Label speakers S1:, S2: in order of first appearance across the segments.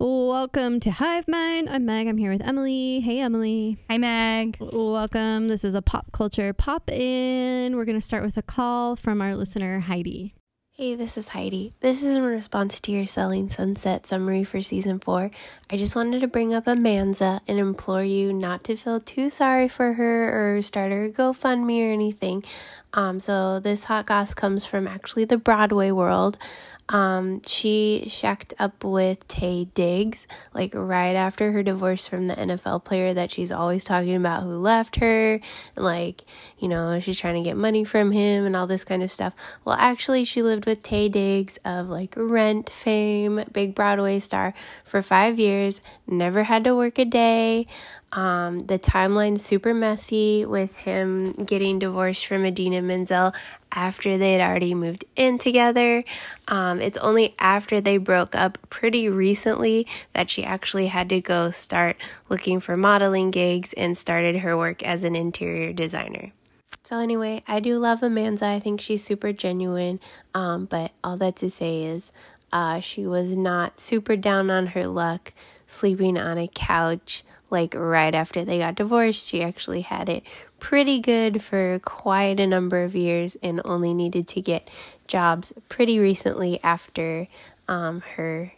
S1: Welcome to Hive Mind. I'm Meg. I'm here with Emily. Hey, Emily.
S2: Hi, Meg.
S1: W- Welcome. This is a pop culture pop in. We're going to start with a call from our listener, Heidi.
S3: Hey, this is Heidi. This is in response to your Selling Sunset summary for season four. I just wanted to bring up Amanza and implore you not to feel too sorry for her or start her GoFundMe or anything. Um, so this hot goss comes from actually the Broadway world. Um, she shacked up with Tay Diggs, like right after her divorce from the NFL player that she's always talking about who left her, and like, you know, she's trying to get money from him and all this kind of stuff. Well, actually, she lived with Tay Diggs of like rent fame, big Broadway star, for five years, never had to work a day. Um, the timeline's super messy with him getting divorced from Adina Menzel after they had already moved in together. Um, it's only after they broke up pretty recently that she actually had to go start looking for modeling gigs and started her work as an interior designer. So, anyway, I do love Amanza. I think she's super genuine. Um, but all that to say is uh, she was not super down on her luck sleeping on a couch like right after they got divorced. She actually had it pretty good for quite a number of years and only needed to get jobs pretty recently after um, her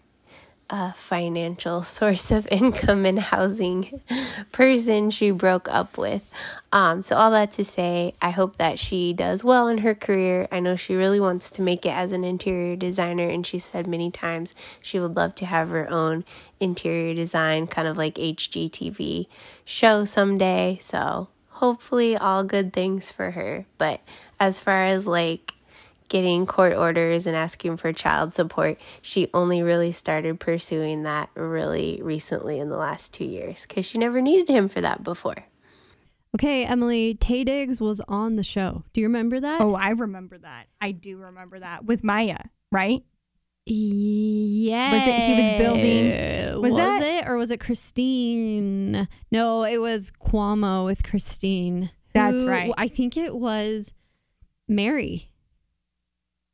S3: uh, financial source of income and housing person she broke up with. Um, so, all that to say, I hope that she does well in her career. I know she really wants to make it as an interior designer, and she said many times she would love to have her own interior design, kind of like HGTV show someday. So, hopefully, all good things for her. But as far as like getting court orders and asking for child support, she only really started pursuing that really recently in the last two years because she never needed him for that before.
S1: Okay, Emily, Tay Diggs was on the show. Do you remember that?
S2: Oh, I remember that. I do remember that with Maya, right?
S1: yeah.
S2: Was it he was building-
S1: Was,
S2: was that-
S1: it or was it Christine? No, it was Cuomo with Christine.
S2: That's
S1: who-
S2: right.
S1: I think it was Mary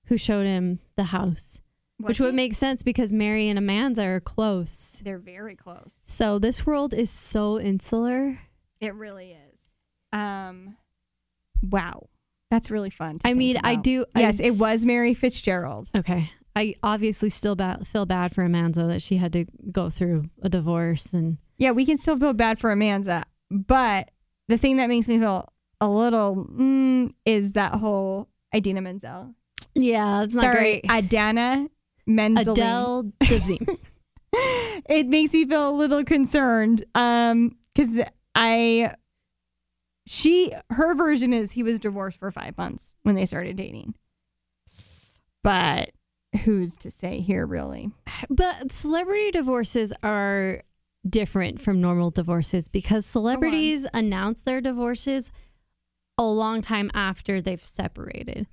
S1: who showed him the house, which would make sense because Mary and Amanza are close.
S2: they're very close.
S1: So this world is so insular.
S2: It really is. Um, wow, that's really fun. to
S1: I
S2: think
S1: mean, I
S2: about.
S1: do- I
S2: Yes, it
S1: s-
S2: was Mary Fitzgerald.
S1: Okay. I obviously still ba- feel bad for Amanza that she had to go through a divorce and
S2: Yeah, we can still feel bad for Amanza, but the thing that makes me feel a little mm, is that whole Idina Menzel.
S1: yeah, it's
S2: Sorry, Adana Menzel.
S1: Adele Dazim.
S2: it makes me feel a little concerned um because i she her version is he was divorced for five months when they started dating but who's to say here really
S1: but celebrity divorces are different from normal divorces because celebrities announce their divorces a long time after they've separated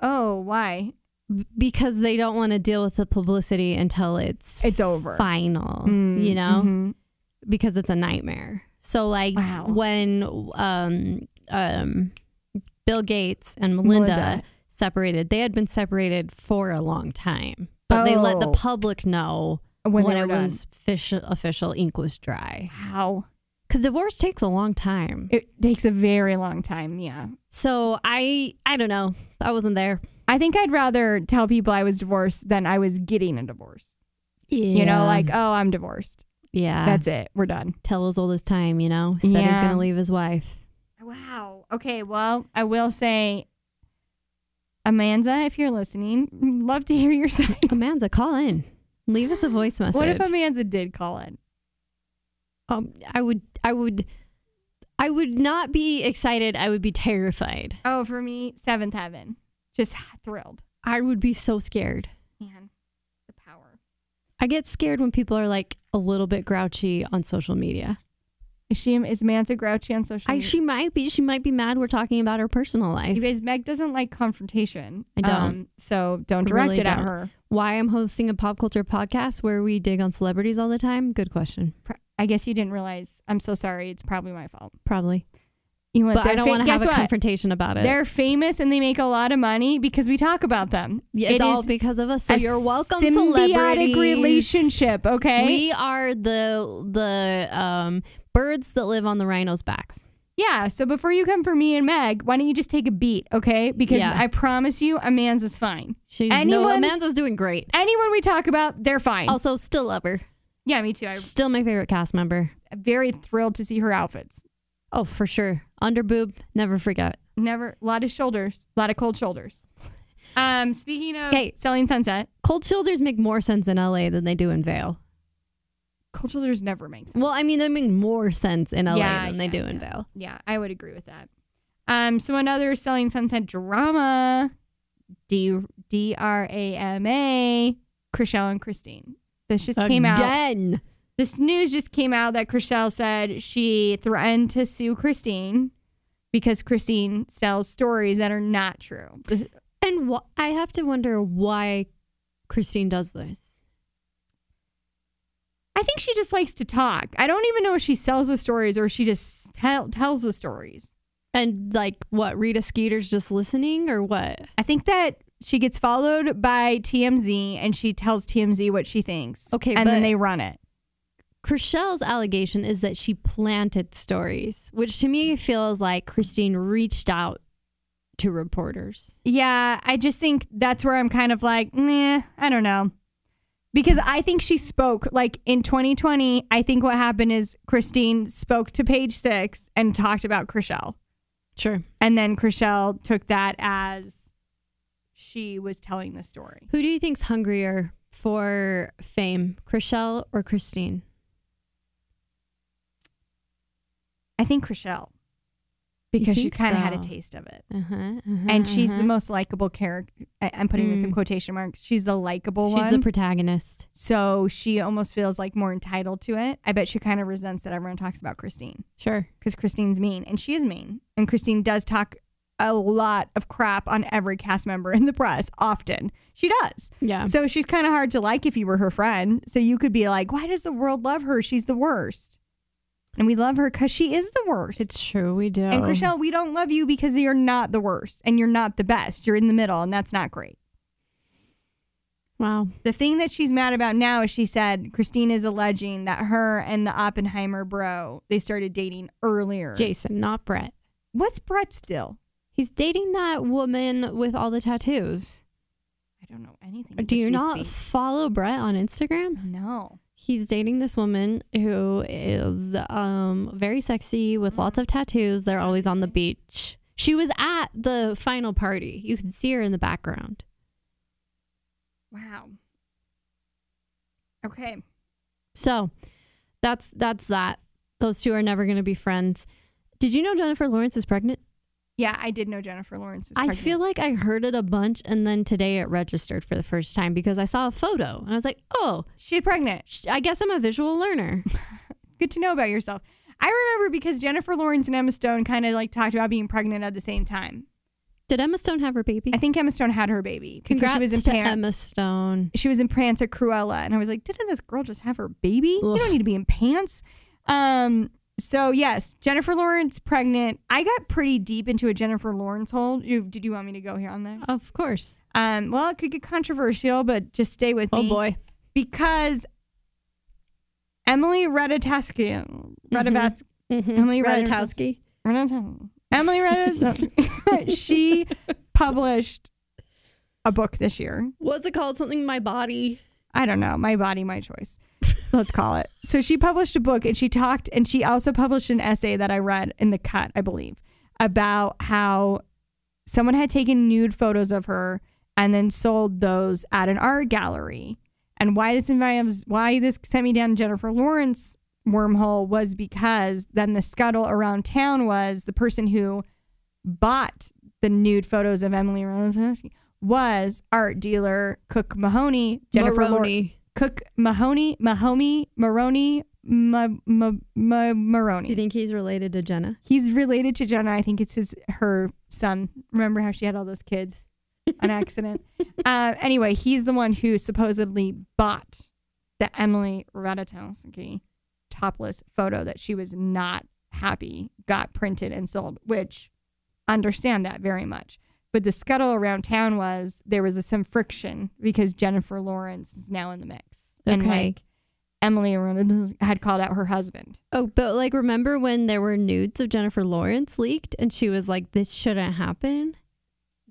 S2: oh why
S1: b- because they don't want to deal with the publicity until it's
S2: it's over
S1: final,
S2: Mm,
S1: you know?
S2: mhm.
S1: because it's a nightmare. So like
S2: Wow.
S1: when um um Bill Gates and Melinda,
S2: Melinda.
S1: separated, they had been separated for a long time. But they let the
S2: Oh.
S1: public know
S2: When
S1: when,
S2: they
S1: it
S2: were done.
S1: was official, official ink was dry.
S2: wow
S1: Cuz divorce takes a long time.
S2: it takes a very long time yeah
S1: So I I don't know. I wasn't there.
S2: i think i'd rather tell people i was divorced than i was getting a divorce you know like oh i'm divorced
S1: yeah.
S2: that's it we're done
S1: tell as old as time, you know. Said he's
S2: Yeah.
S1: going to leave his wife.
S2: Wow. Okay. Well, I will say, Amanda, if you're listening, love to hear your side.
S1: Amanda, call in. Leave us a voice message.
S2: What if Amanda did call in?
S1: Um, I would, I would, I would not be excited. I would be terrified.
S2: Oh, for me, seventh heaven. Just thrilled.
S1: I would be so scared.
S2: Man, the power.
S1: I get scared when people are like a little bit grouchy on social media.
S2: Is she is Amanda grouchy on social?
S1: I,
S2: media?
S1: she might be. She might be mad. We're talking about her personal
S2: You
S1: life.
S2: guys, Meg doesn't like confrontation. Um,
S1: I don't.
S2: so
S1: I
S2: don't direct
S1: really
S2: it at
S1: don't.
S2: her.
S1: Why I'm hosting a pop culture podcast where we dig on celebrities all the time? Good question.
S2: Pr- I guess you didn't realize. I'm so sorry. It's probably my fault.
S1: Probably.
S2: You want
S1: But
S2: their
S1: I don't
S2: fa-
S1: want to
S2: guess
S1: have a
S2: what?
S1: confrontation about it.
S2: They're famous and they make a lot of money because we talk about them.
S1: Yeah, it's
S2: It
S1: all
S2: is
S1: because of us. So
S2: a
S1: you're welcome,
S2: symbiotic
S1: celebrities.
S2: relationship. Okay.
S1: We are the the um, birds that live on the rhino's backs.
S2: yeah. So before you come for me and Meg, why don't you just take a beat, okay? Because
S1: Yeah.
S2: I promise you, Amanda's fine.
S1: She's no,
S2: Anyone-
S1: Amanda's doing great.
S2: Anyone we talk about, they're fine.
S1: Also, still love her.
S2: yeah, me too. I'm
S1: Still my favorite cast member.
S2: very thrilled to see her outfits.
S1: Oh, for sure. Under boob, never forget.
S2: Never, a lot of shoulders, a lot of cold shoulders. Um, speaking of
S1: Okay.
S2: selling sunset,
S1: Cold shoulders make more sense in LA than they do in Vale.
S2: cold shoulders never makes sense.
S1: Well, I mean, they make more sense in LA
S2: Yeah,
S1: than they
S2: yeah,
S1: do in
S2: yeah.
S1: Vale.
S2: Yeah, I would agree with that. Um, so another Selling Sunset drama, D D R A M A, Chriselle and Christine. This just came out.
S1: Again.
S2: This news just came out that Chriselle said she threatened to sue Christine because Christine tells stories that are not true. This-
S1: And wh- I have to wonder why Christine does this.
S2: I think she just likes to talk. I don't even know if she sells the stories or she just tell, tells the stories.
S1: And like, what? Rita Skeeter's just listening or what?
S2: I think that she gets followed by TMZ and she tells TMZ what she thinks.
S1: Okay,
S2: and then
S1: but-
S2: they run it.
S1: Chriselle's allegation is that she planted stories, which to me feels like Christine reached out to reporters.
S2: Yeah, I just think that's where I'm kind of like, nah, I don't know. Because I think she spoke like in 2020. I think what happened is Christine spoke to page six and talked about Chriselle.
S1: Sure.
S2: And then Chriselle took that as she was telling the story.
S1: Who do you think's hungrier for fame, Chriselle or Christine?
S2: I think Chriselle,
S1: You
S2: because she
S1: think
S2: kind of had a
S1: so?
S2: taste of it.
S1: Uh-huh, uh-huh,
S2: And she's the
S1: uh-huh.
S2: most likable character. I- I'm putting this in
S1: Mm.
S2: quotation marks. She's the likable
S1: she's
S2: one.
S1: the protagonist.
S2: so she almost feels like more entitled to it. I bet she kind of resents that everyone talks about Christine.
S1: Sure.
S2: because Christine's mean, and she is mean. And Christine does talk a lot of crap on every cast member in the press often. She does.
S1: Yeah.
S2: So she's kind of hard to like if you were her friend. So you could be like, why does the world love her? She's the worst. And we love her because she is the worst.
S1: It's true. We do.
S2: and Chriselle, we don't love you because you're not the worst and you're not the best. You're in the middle, and that's not great.
S1: Wow.
S2: The thing that she's mad about now is she said Christine is alleging that her and the Oppenheimer bro, they started dating earlier.
S1: Jason, not Brett.
S2: What's Brett still?
S1: He's dating that woman with all the tattoos.
S2: I don't know anything.
S1: Do you not follow Brett on Instagram?
S2: No.
S1: He's dating this woman who is um, very sexy with lots of tattoos. They're always on the beach. She was at the final party. You can see her in the background.
S2: Wow. Okay.
S1: So that's that's that. Those two are never going to be friends. Did you know Jennifer Lawrence is pregnant?
S2: Yeah, I did know Jennifer Lawrence. Is
S1: I
S2: pregnant.
S1: feel like I heard it a bunch, and then today it registered for the first time because I saw a photo and I was like, "Oh,
S2: she's pregnant.
S1: sh- I guess I'm a visual learner."
S2: Good to know about yourself. I remember because Jennifer Lawrence and Emma Stone kind of like talked about being pregnant at the same time.
S1: Did Emma Stone have her baby?
S2: I think Emma Stone had her baby because
S1: Congrats
S2: she was in
S1: to
S2: pants.
S1: Emma Stone.
S2: she was in pants at Cruella, and I was like, didn't this girl just have her baby? You
S1: Ugh.
S2: don't need to be in pants. Um. So yes, Jennifer Lawrence pregnant. I got pretty deep into a Jennifer Lawrence hole. You, did you want me to go here on this?
S1: Of course.
S2: Um, well, it could get controversial, but just stay with
S1: Oh
S2: me.
S1: boy.
S2: Because Emily Ratajkowski, Ratajkowski,
S1: Mhm. Mm-hmm.
S2: Emily Ratajkowski. Ratajkowski- Emily Ratajkowski, she published a book this year.
S1: What's it called? Something my body.
S2: I don't know, my body, my choice. Let's call it. So she published a book and she talked, and she also published an essay that I read in the cut, I believe, about how someone had taken nude photos of her and then sold those at an art gallery. And why this involves, why this sent me down Jennifer Lawrence wormhole was because then the scuttle around town was the person who bought the nude photos of Emily Ratajkowski was art dealer Cook Mahoney, Jennifer Lawrence.
S1: Maroney.
S2: Cook Mahoney, Mahomey, Maroney, Ma, Ma, Ma,
S1: Do you
S2: Maroney.
S1: think he's related to Jenna?
S2: He's related to Jenna. I think it's his her son. Remember how she had all those kids on accident? uh, anyway, he's the one who supposedly bought the Emily Ratajkowski topless photo that she was not happy got printed and sold, which understand that very much. But the scuttle around town was there was some friction because Jennifer Lawrence is now in the mix. And
S1: Okay.
S2: like Emily Arundel had called out her husband.
S1: Oh, but like, remember when there were nudes of Jennifer Lawrence leaked and she was like, this shouldn't happen?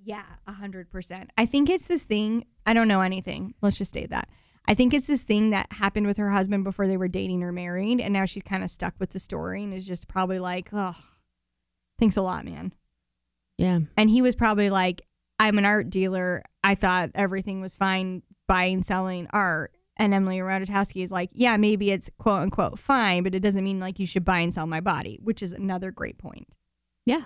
S2: Yeah, a hundred percent. I think it's this thing. I don't know anything. Let's just state that. I think it's this thing that happened with her husband before they were dating or married, and now she's kind of stuck with the story and is just probably like, "Oh, thanks a lot, man."
S1: Yeah.
S2: And he was probably like, "I'm an art dealer. I thought everything was fine buying, selling art." And Emily Ratajkowski is like, "Yeah, maybe it's quote unquote fine, but it doesn't mean like you should buy and sell my body," which is another great point.
S1: Yeah.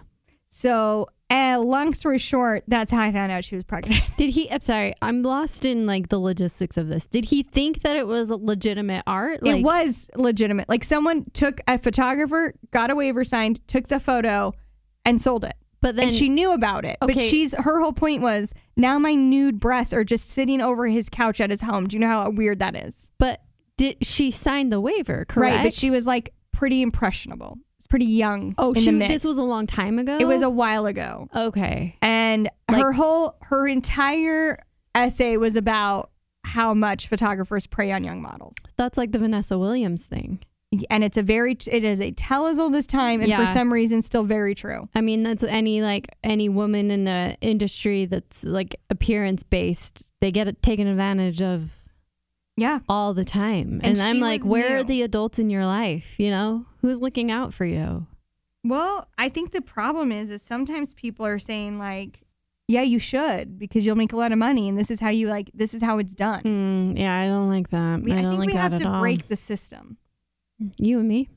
S2: So, uh, long story short, that's how I found out she was pregnant.
S1: Did he? I'm sorry. I'm lost in like the logistics of this. Did he think that it was legitimate art? Like,
S2: it was legitimate. Like someone took a photographer, got a waiver signed, took the photo, and sold it.
S1: But then
S2: and she knew about it. But
S1: Okay.
S2: she's her whole point was now my nude breasts are just sitting over his couch at his home. Do you know how weird that is?
S1: But did she sign the waiver? Correct.
S2: Right. But she was like pretty impressionable. It's pretty young.
S1: Oh,
S2: in the
S1: shoot.
S2: mix.
S1: This was a long time ago.
S2: It was a while ago.
S1: Okay.
S2: and
S1: Like-
S2: her whole her entire essay was about how much photographers prey on young models
S1: That's like the Vanessa Williams thing.
S2: and it's a very it is a tell as old as time and
S1: Yeah.
S2: for some reason still very true
S1: I mean, that's any like any woman in a industry that's like appearance based. They get it taken advantage of
S2: yeah
S1: all the time.
S2: And
S1: And, I'm
S2: she
S1: like,
S2: was
S1: where
S2: new.
S1: are the adults in your life? You know, who's looking out for you?
S2: well i think the problem is is sometimes people are saying like yeah you should because you'll make a lot of money and this is how you like this is how it's done
S1: Mm, yeah, I don't like that.
S2: we,
S1: I
S2: i,
S1: don't
S2: think
S1: like
S2: we
S1: that
S2: have
S1: at
S2: to
S1: all.
S2: break the system
S1: You and me.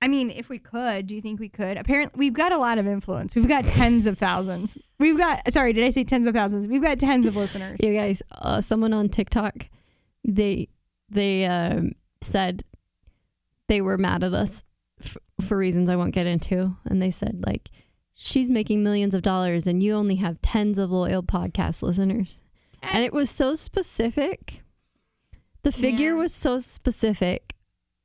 S2: I mean, if we could, do you think we could? Apparently, we've got a lot of influence. We've got tens of thousands. We've got, sorry, did I say tens of thousands? We've got tens of listeners.
S1: You guys, uh, someone on TikTok, they they um, said they were mad at us f- for reasons I won't get into, and they said like, "She's making millions of dollars, and you only have tens of loyal podcast listeners." And it was so specific. The figure
S2: Yeah.
S1: was so specific.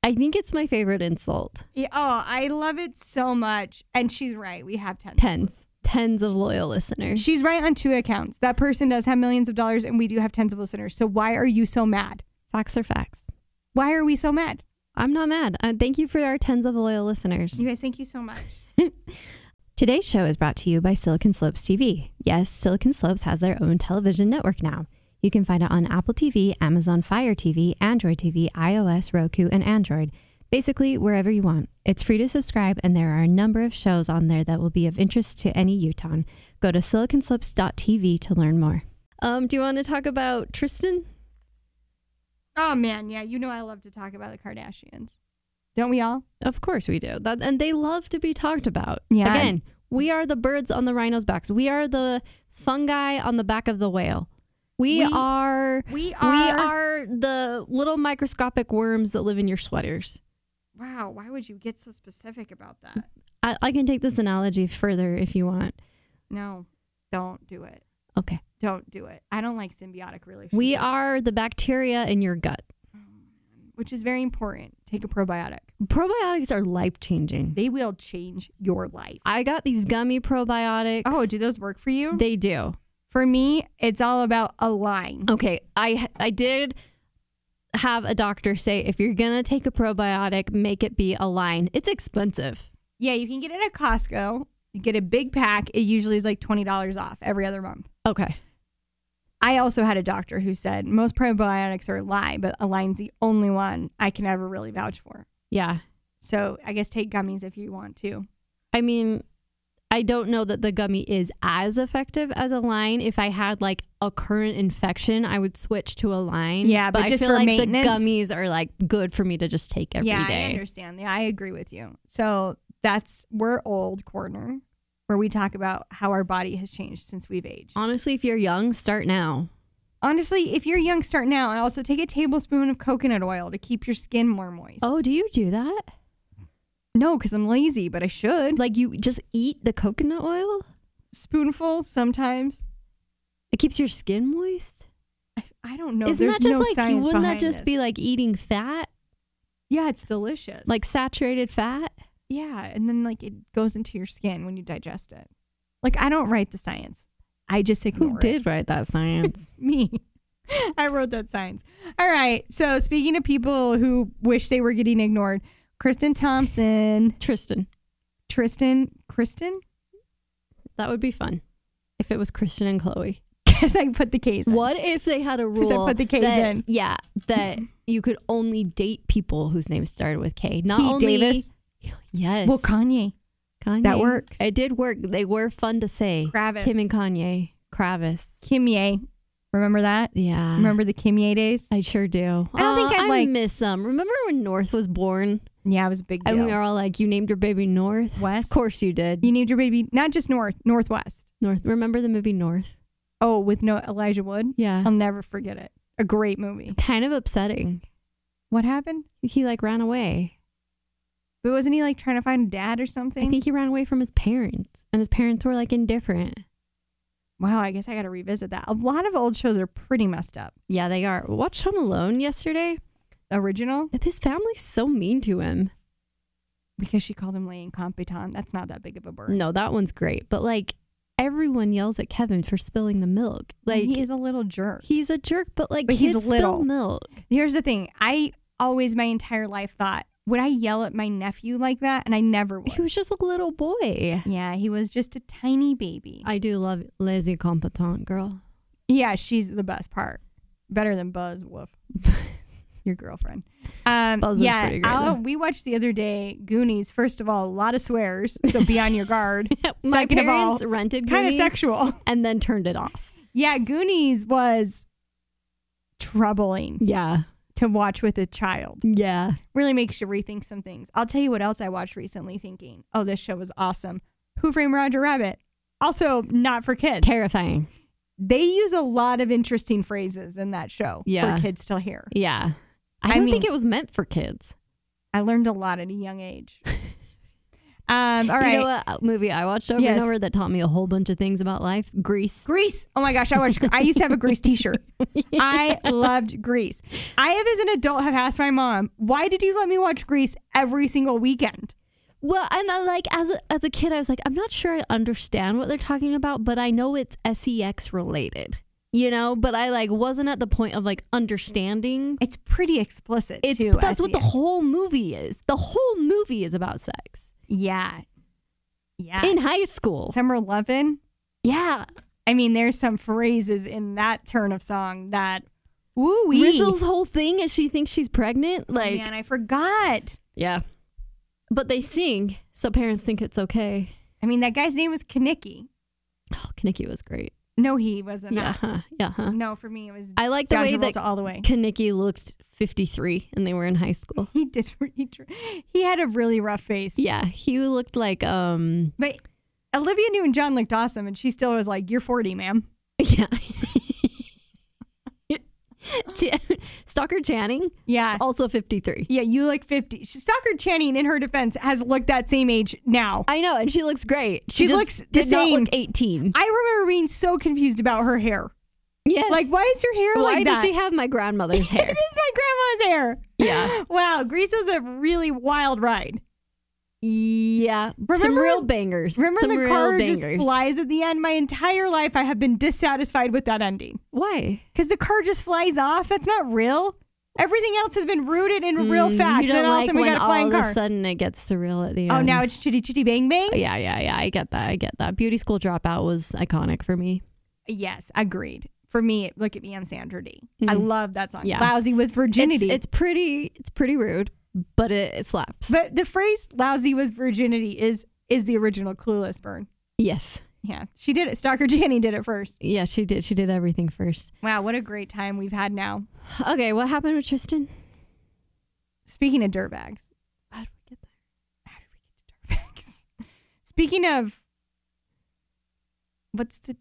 S1: I think it's my favorite insult.
S2: Yeah, oh, I love it so much. And she's right. We have tens.
S1: Tens, tens of loyal listeners.
S2: She's right on two accounts. That person does have millions of dollars, and we do have tens of listeners. So why are you so mad?
S1: Facts are facts.
S2: Why are we so mad?
S1: I'm not mad. Uh, thank you for our tens of loyal listeners.
S2: You guys, thank you so much.
S1: Today's show is brought to you by Silicon Slopes TV. Yes, Silicon Slopes has their own television network now. You can find it on Apple TV, Amazon Fire TV, Android TV, iOS, Roku, and Android. Basically, wherever you want. It's free to subscribe, and there are a number of shows on there that will be of interest to any Utah. Go to siliconslopes.tv to learn more. Um, do you want to talk about Tristan?
S2: Oh, man. Yeah, you know I love to talk about the Kardashians. Don't we all?
S1: Of course we do. That, and they love to be talked about.
S2: Yeah.
S1: Again, we are the birds on the rhino's backs. We are the fungi on the back of the whale. We,
S2: We
S1: are
S2: We
S1: we
S2: are.
S1: are the little microscopic worms that live in your sweaters.
S2: Wow, why would you get so specific about that?
S1: I, I can take this analogy further if you want.
S2: No, don't do it.
S1: Okay.
S2: Don't do it. I don't like symbiotic relationships.
S1: We are the bacteria in your gut.
S2: which is very important. Take a probiotic.
S1: Probiotics are life changing.
S2: They will change your life.
S1: I got these gummy probiotics.
S2: Oh, do those work for you?
S1: they do.
S2: for me, it's all about a line.
S1: Okay, I I did have a doctor say if you're gonna take a probiotic, make it be a line. It's expensive.
S2: Yeah, you can get it at Costco. You get a big pack. It usually is like twenty dollars off every other month.
S1: Okay.
S2: I also had a doctor who said most probiotics are a lie, but a line's the only one I can ever really vouch for.
S1: Yeah.
S2: So I guess take gummies if you want to.
S1: I mean, I don't know that the gummy is as effective as a line. If I had like a current infection, I would switch to a line.
S2: Yeah, but
S1: I
S2: just
S1: feel
S2: for
S1: like
S2: maintenance-
S1: the gummies are like good for me to just take every day.
S2: yeah, I understand. Yeah, I agree with you. So that's we're old corner where we talk about how our body has changed since we've aged.
S1: Honestly, if you're young, start now.
S2: Honestly, if you're young, start now and also take a tablespoon of coconut oil to keep your skin more moist.
S1: Oh, do you do that?
S2: no, because I'm lazy, but I should.
S1: Like you just eat the coconut oil?
S2: Spoonful sometimes.
S1: It keeps your skin moist?
S2: I, I don't know.
S1: Isn't
S2: There's
S1: that just
S2: no
S1: like
S2: science
S1: wouldn't that
S2: behind
S1: just
S2: this.
S1: be like eating fat?
S2: Yeah, it's delicious.
S1: Like saturated fat?
S2: Yeah, and then like it goes into your skin when you digest it. Like I don't write the science. I just ignore
S1: Who
S2: it.
S1: did write that science?
S2: me. I wrote that science. All right. So speaking of people who wish they were getting ignored, Kristen Thompson,
S1: Tristan.
S2: Tristan, Kristen,
S1: That would be fun if it was Kristen and Chloe.
S2: because I put the case. in.
S1: What if they had a
S2: 'Cause I
S1: rule?
S2: put the Ks
S1: that,
S2: in.
S1: Yeah, that you could only date people whose names started with K. Not
S2: Pete
S1: only
S2: Davis.
S1: Yes,
S2: Well, Kanye.
S1: Kanye.
S2: that works.
S1: It did work. They were fun to say.
S2: Kravis.
S1: Kim and Kanye. Kravis.
S2: Kimye. Remember that?
S1: Yeah.
S2: Remember the Kimye days?
S1: I sure do.
S2: I don't think
S1: Aw,
S2: I'd
S1: I
S2: like-
S1: miss them. Remember when North was born
S2: Yeah, it was a big deal.
S1: and we were all like, "You named your baby North."
S2: West?
S1: Of course you did.
S2: you named your baby not just North, Northwest.
S1: North. Remember the movie North?
S2: Oh, with no Elijah Wood.
S1: Yeah.
S2: I'll never forget it. A great movie.
S1: it's kind of upsetting.
S2: What happened?
S1: He like ran away.
S2: But wasn't he like trying to find a dad or something?
S1: I think he ran away from his parents, and his parents were like indifferent.
S2: wow, I guess I got to revisit that. A lot of old shows are pretty messed up.
S1: Yeah, they are. Watch Home Alone yesterday.
S2: Original,
S1: His family's so mean to him.
S2: because she called him lay incompetent. That's not that big of a word.
S1: No, that one's great. But like everyone yells at Kevin for spilling the milk. Like
S2: Like he is a little jerk.
S1: he's a jerk, but like
S2: But he's
S1: kids
S2: little.
S1: spill milk.
S2: Here's the thing. I always my entire life thought, would I yell at my nephew like that? And I never would.
S1: He was just a little boy.
S2: yeah, he was just a tiny baby.
S1: I do love lazy competent girl.
S2: yeah, she's the best part. Better than Buzz Wolf. Your girlfriend. Um,
S1: Buzz is
S2: yeah,
S1: pretty great,
S2: I'll-
S1: though.
S2: we watched the other day Goonies. First of all, a lot of swears, so be on your guard.
S1: My
S2: Second of all,
S1: parents rented
S2: kind of
S1: Goonies
S2: sexual.
S1: and then turned it off.
S2: Yeah, Goonies was troubling
S1: Yeah.
S2: to watch with a child.
S1: Yeah.
S2: Really makes you rethink some things. I'll tell you what else I watched recently thinking, oh, this show was awesome. Who Framed Roger Rabbit? Also, not for kids.
S1: Terrifying.
S2: They use a lot of interesting phrases in that show
S1: Yeah.
S2: for kids to hear.
S1: Yeah. I
S2: I
S1: don't
S2: mean-
S1: think it was meant for kids.
S2: I learned a lot at a young age. um, all right.
S1: You know what uh, movie I watched over
S2: Yes.
S1: and over that taught me a whole bunch of things about life? Grease.
S2: Grease. Oh my gosh, I watched. I used to have a Grease T-shirt. I loved Grease. I have, as an adult, have asked my mom, "Why did you let me watch Grease every single weekend?"
S1: Well, and I like as a, as a kid, I was like, I'm not sure I understand what they're talking about, but I know it's sex related, you know. But I like wasn't at the point of like understanding.
S2: It's pretty explicit
S1: It's
S2: too.
S1: that's what the
S2: SES.
S1: whole movie is. The whole movie is about sex
S2: yeah, yeah.
S1: in high school.
S2: Summer Lovin'.
S1: yeah,
S2: I mean, there's some phrases in that turn of song that woo wee.
S1: Rizzo's whole thing is she thinks she's pregnant. Like,
S2: Man, I forgot.
S1: yeah, but they sing, so parents think it's okay.
S2: I mean, that guy's name was Kanicki.
S1: Oh, Kaneki was great.
S2: No, he wasn't.
S1: Yeah, huh, yeah. Huh.
S2: No, for me it was.
S1: I like the
S2: John
S1: way
S2: Travolta
S1: that
S2: all the way.
S1: Kaneki looked 53 and they were in high school.
S2: He did. He, dr- he had a really rough face.
S1: Yeah, he looked like um
S2: But Olivia Newton John looked awesome, and she still was like, "You're 40, ma'am."
S1: yeah. Jan- Stalker Channing
S2: Yeah.
S1: also 53.
S2: Yeah, you look 50. She- Stalker Channing, in her defense, has looked that same age now.
S1: I know, and she looks great. She,
S2: She
S1: just
S2: looks the
S1: did not
S2: same.
S1: look 18.
S2: I remember being so confused about her hair.
S1: Yes.
S2: Like, why is your hair
S1: why
S2: like
S1: does
S2: that?
S1: she have my grandmother's hair?
S2: it is my grandma's hair.
S1: Yeah.
S2: Wow, Grease was a really wild ride.
S1: yeah. Some
S2: Remember-
S1: real bangers.
S2: Remember
S1: Some
S2: the
S1: real
S2: car
S1: bangers.
S2: just flies at the end? My entire life, I have been dissatisfied with that ending.
S1: Why?
S2: Because the car just flies off. That's not real. Everything else has been rooted in real
S1: Mm,
S2: facts.
S1: You don't
S2: and all of a
S1: like
S2: sudden, we
S1: when
S2: got a
S1: all
S2: flying
S1: of
S2: car.
S1: a sudden it gets surreal at the end.
S2: Oh, now it's chitty chitty bang bang.
S1: Yeah, yeah, yeah. I get that. I get that. Beauty school dropout was iconic for me.
S2: Yes, agreed. For me, look at me, I'm Sandra D. I
S1: Mhm.
S2: love that song.
S1: Yeah.
S2: Lousy with virginity.
S1: It's, it's pretty. It's pretty rude, but it, it slaps.
S2: but the phrase "lousy with virginity" is is the original Clueless burn.
S1: Yes.
S2: Yeah, she did it. Stalker Jenny did it first.
S1: Yeah, she did. She did everything first.
S2: Wow, what a great time we've had now.
S1: Okay, what happened with Tristan?
S2: Speaking of dirtbags,
S1: How did we get there?
S2: how did we get to dirtbags? Speaking of, what's the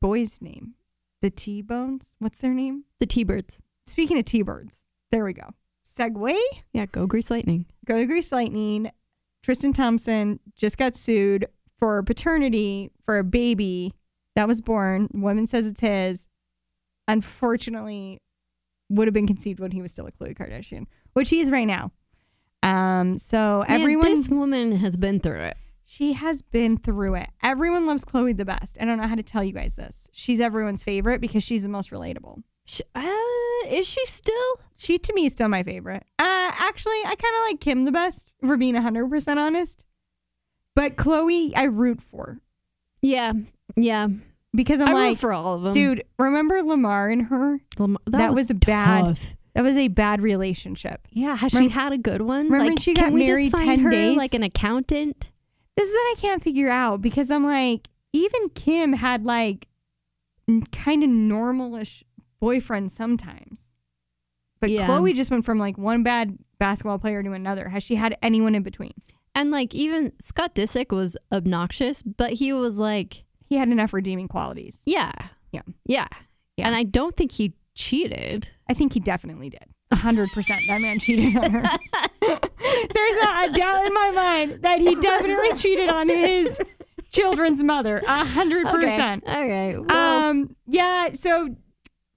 S2: boy's name? The T Bones. What's their name?
S1: The T-Birds.
S2: Speaking of T Birds, there we go. Segway.
S1: Yeah, go Grease Lightning.
S2: go to Grease Lightning. Tristan Thompson just got sued for paternity for a baby that was born. Woman says it's his. Unfortunately, would have been conceived when he was still with Khloe Kardashian, which he is right now. Um, so
S1: Man,
S2: everyone,
S1: this woman has been through it.
S2: she has been through it. Everyone loves Chloe the best. I don't know how to tell you guys this. She's everyone's favorite because she's the most relatable.
S1: Sh uh, is she still?
S2: She to me is still my favorite. Uh, actually, I kind of like Kim the best. If we're being hundred percent honest, but Chloe, I root for
S1: Yeah, yeah.
S2: because I'm
S1: I root
S2: like,
S1: for all of them,
S2: dude, remember Lamar and her?
S1: Lam- that,
S2: that
S1: was,
S2: was bad.
S1: tough.
S2: That was a bad relationship.
S1: Yeah, has she
S2: Remember-
S1: had a good one?
S2: remember
S1: like,
S2: when she
S1: can
S2: got
S1: we
S2: married
S1: just find
S2: 10
S1: her
S2: days?
S1: like an accountant?
S2: This is what I can't figure out because I'm like, even Kim had like kind of normalish boyfriends sometimes. But
S1: Yeah.
S2: Chloe just went from like one bad basketball player to another. Has she had anyone in between?
S1: And like even Scott Disick was obnoxious, but he was like,
S2: He had enough redeeming qualities.
S1: yeah,
S2: Yeah.
S1: yeah,
S2: Yeah.
S1: And I don't think he cheated.
S2: I think he definitely did. 100% that man cheated on her. There's not a doubt in my mind that he definitely cheated on his children's mother. 100%.
S1: All right. Well,
S2: Um. Yeah. So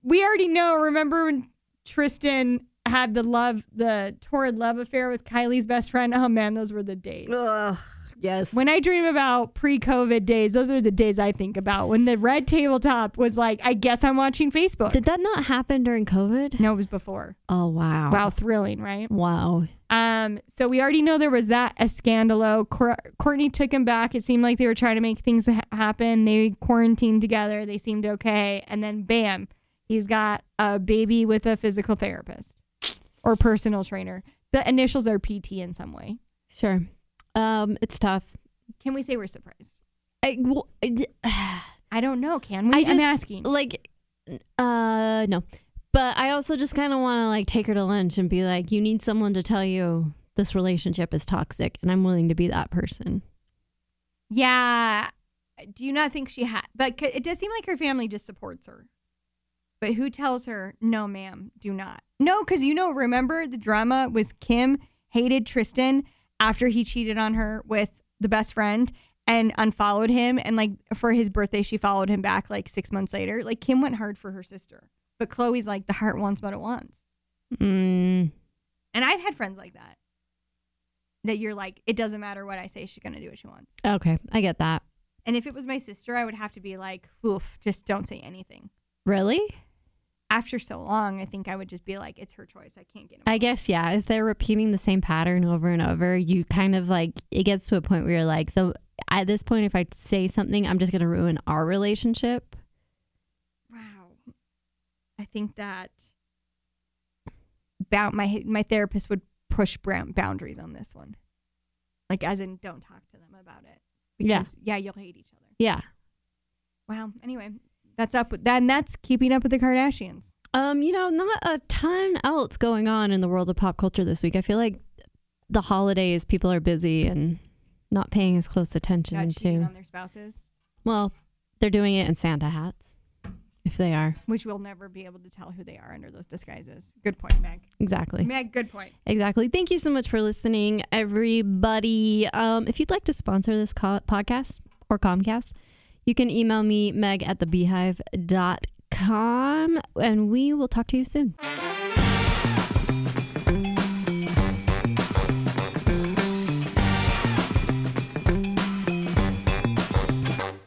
S2: we already know. Remember when Tristan had the love, the torrid love affair with Kylie's best friend? Oh man, those were the days.
S1: ugh, yes.
S2: When I dream about pre-COVID days, those are the days I think about. When the red tabletop was like, I guess I'm watching Facebook.
S1: Did that not happen during COVID?
S2: no, it was before.
S1: Oh wow.
S2: Wow, thrilling, right?
S1: Wow.
S2: Um, so we already know there was that a scandalo. Cor- Courtney took him back. It seemed like they were trying to make things ha- happen. They quarantined together. They seemed okay, and then bam, he's got a baby with a physical therapist or personal trainer. The initials are PT in some way.
S1: Sure. Um, it's tough.
S2: Can we say we're surprised?
S1: I, well, I-
S2: I don't know. Can we?
S1: I
S2: I'm
S1: just-
S2: asking.
S1: like, uh, no. But I also just kind of want to like take her to lunch and be like, you need someone to tell you this relationship is toxic, and I'm willing to be that person.
S2: Yeah. Do you not think she had? But c- it does seem like her family just supports her. But who tells her, no, ma'am, do not? No, because you know, remember the drama was Kim hated Tristan after he cheated on her with the best friend and unfollowed him. And like for his birthday, she followed him back like six months later. Like Kim went hard for her sister. But Chloe's like, the heart wants what it wants.
S1: Mm,
S2: And I've had friends like that. That you're like, it doesn't matter what I say, she's going to do what she wants.
S1: okay, I get that.
S2: And if it was my sister, I would have to be like, oof, just don't say anything.
S1: Really?
S2: After so long, I think I would just be like, it's her choice. I can't get
S1: I guess yeah. If they're repeating the same pattern over and over, you kind of like it gets to a point where you're like, the at this point, if I say something, I'm just gonna ruin our relationship.
S2: Wow. I think that bound, my my therapist would push brown boundaries on this one. Like, as in, don't talk to them about it.
S1: Yeah.
S2: Because, yeah, you'll hate each other.
S1: Yeah.
S2: Wow. Anyway, that's up with that. And that's keeping up with the Kardashians.
S1: Um, you know, not a ton else going on in the world of pop culture this week. I feel like the holidays, people are busy and not paying as close
S2: Not
S1: attention
S2: cheating
S1: to.
S2: on their spouses,
S1: Well, they're doing it in Santa hats, if they are.
S2: which we'll never be able to tell who they are under those disguises. Good point, Meg.
S1: Exactly.
S2: Meg, good point.
S1: Exactly. Thank you so much for listening, everybody. Um, if you'd like to sponsor this co- podcast or Comcast, you can email me, meg at thebeehive.com, and we will talk to you soon.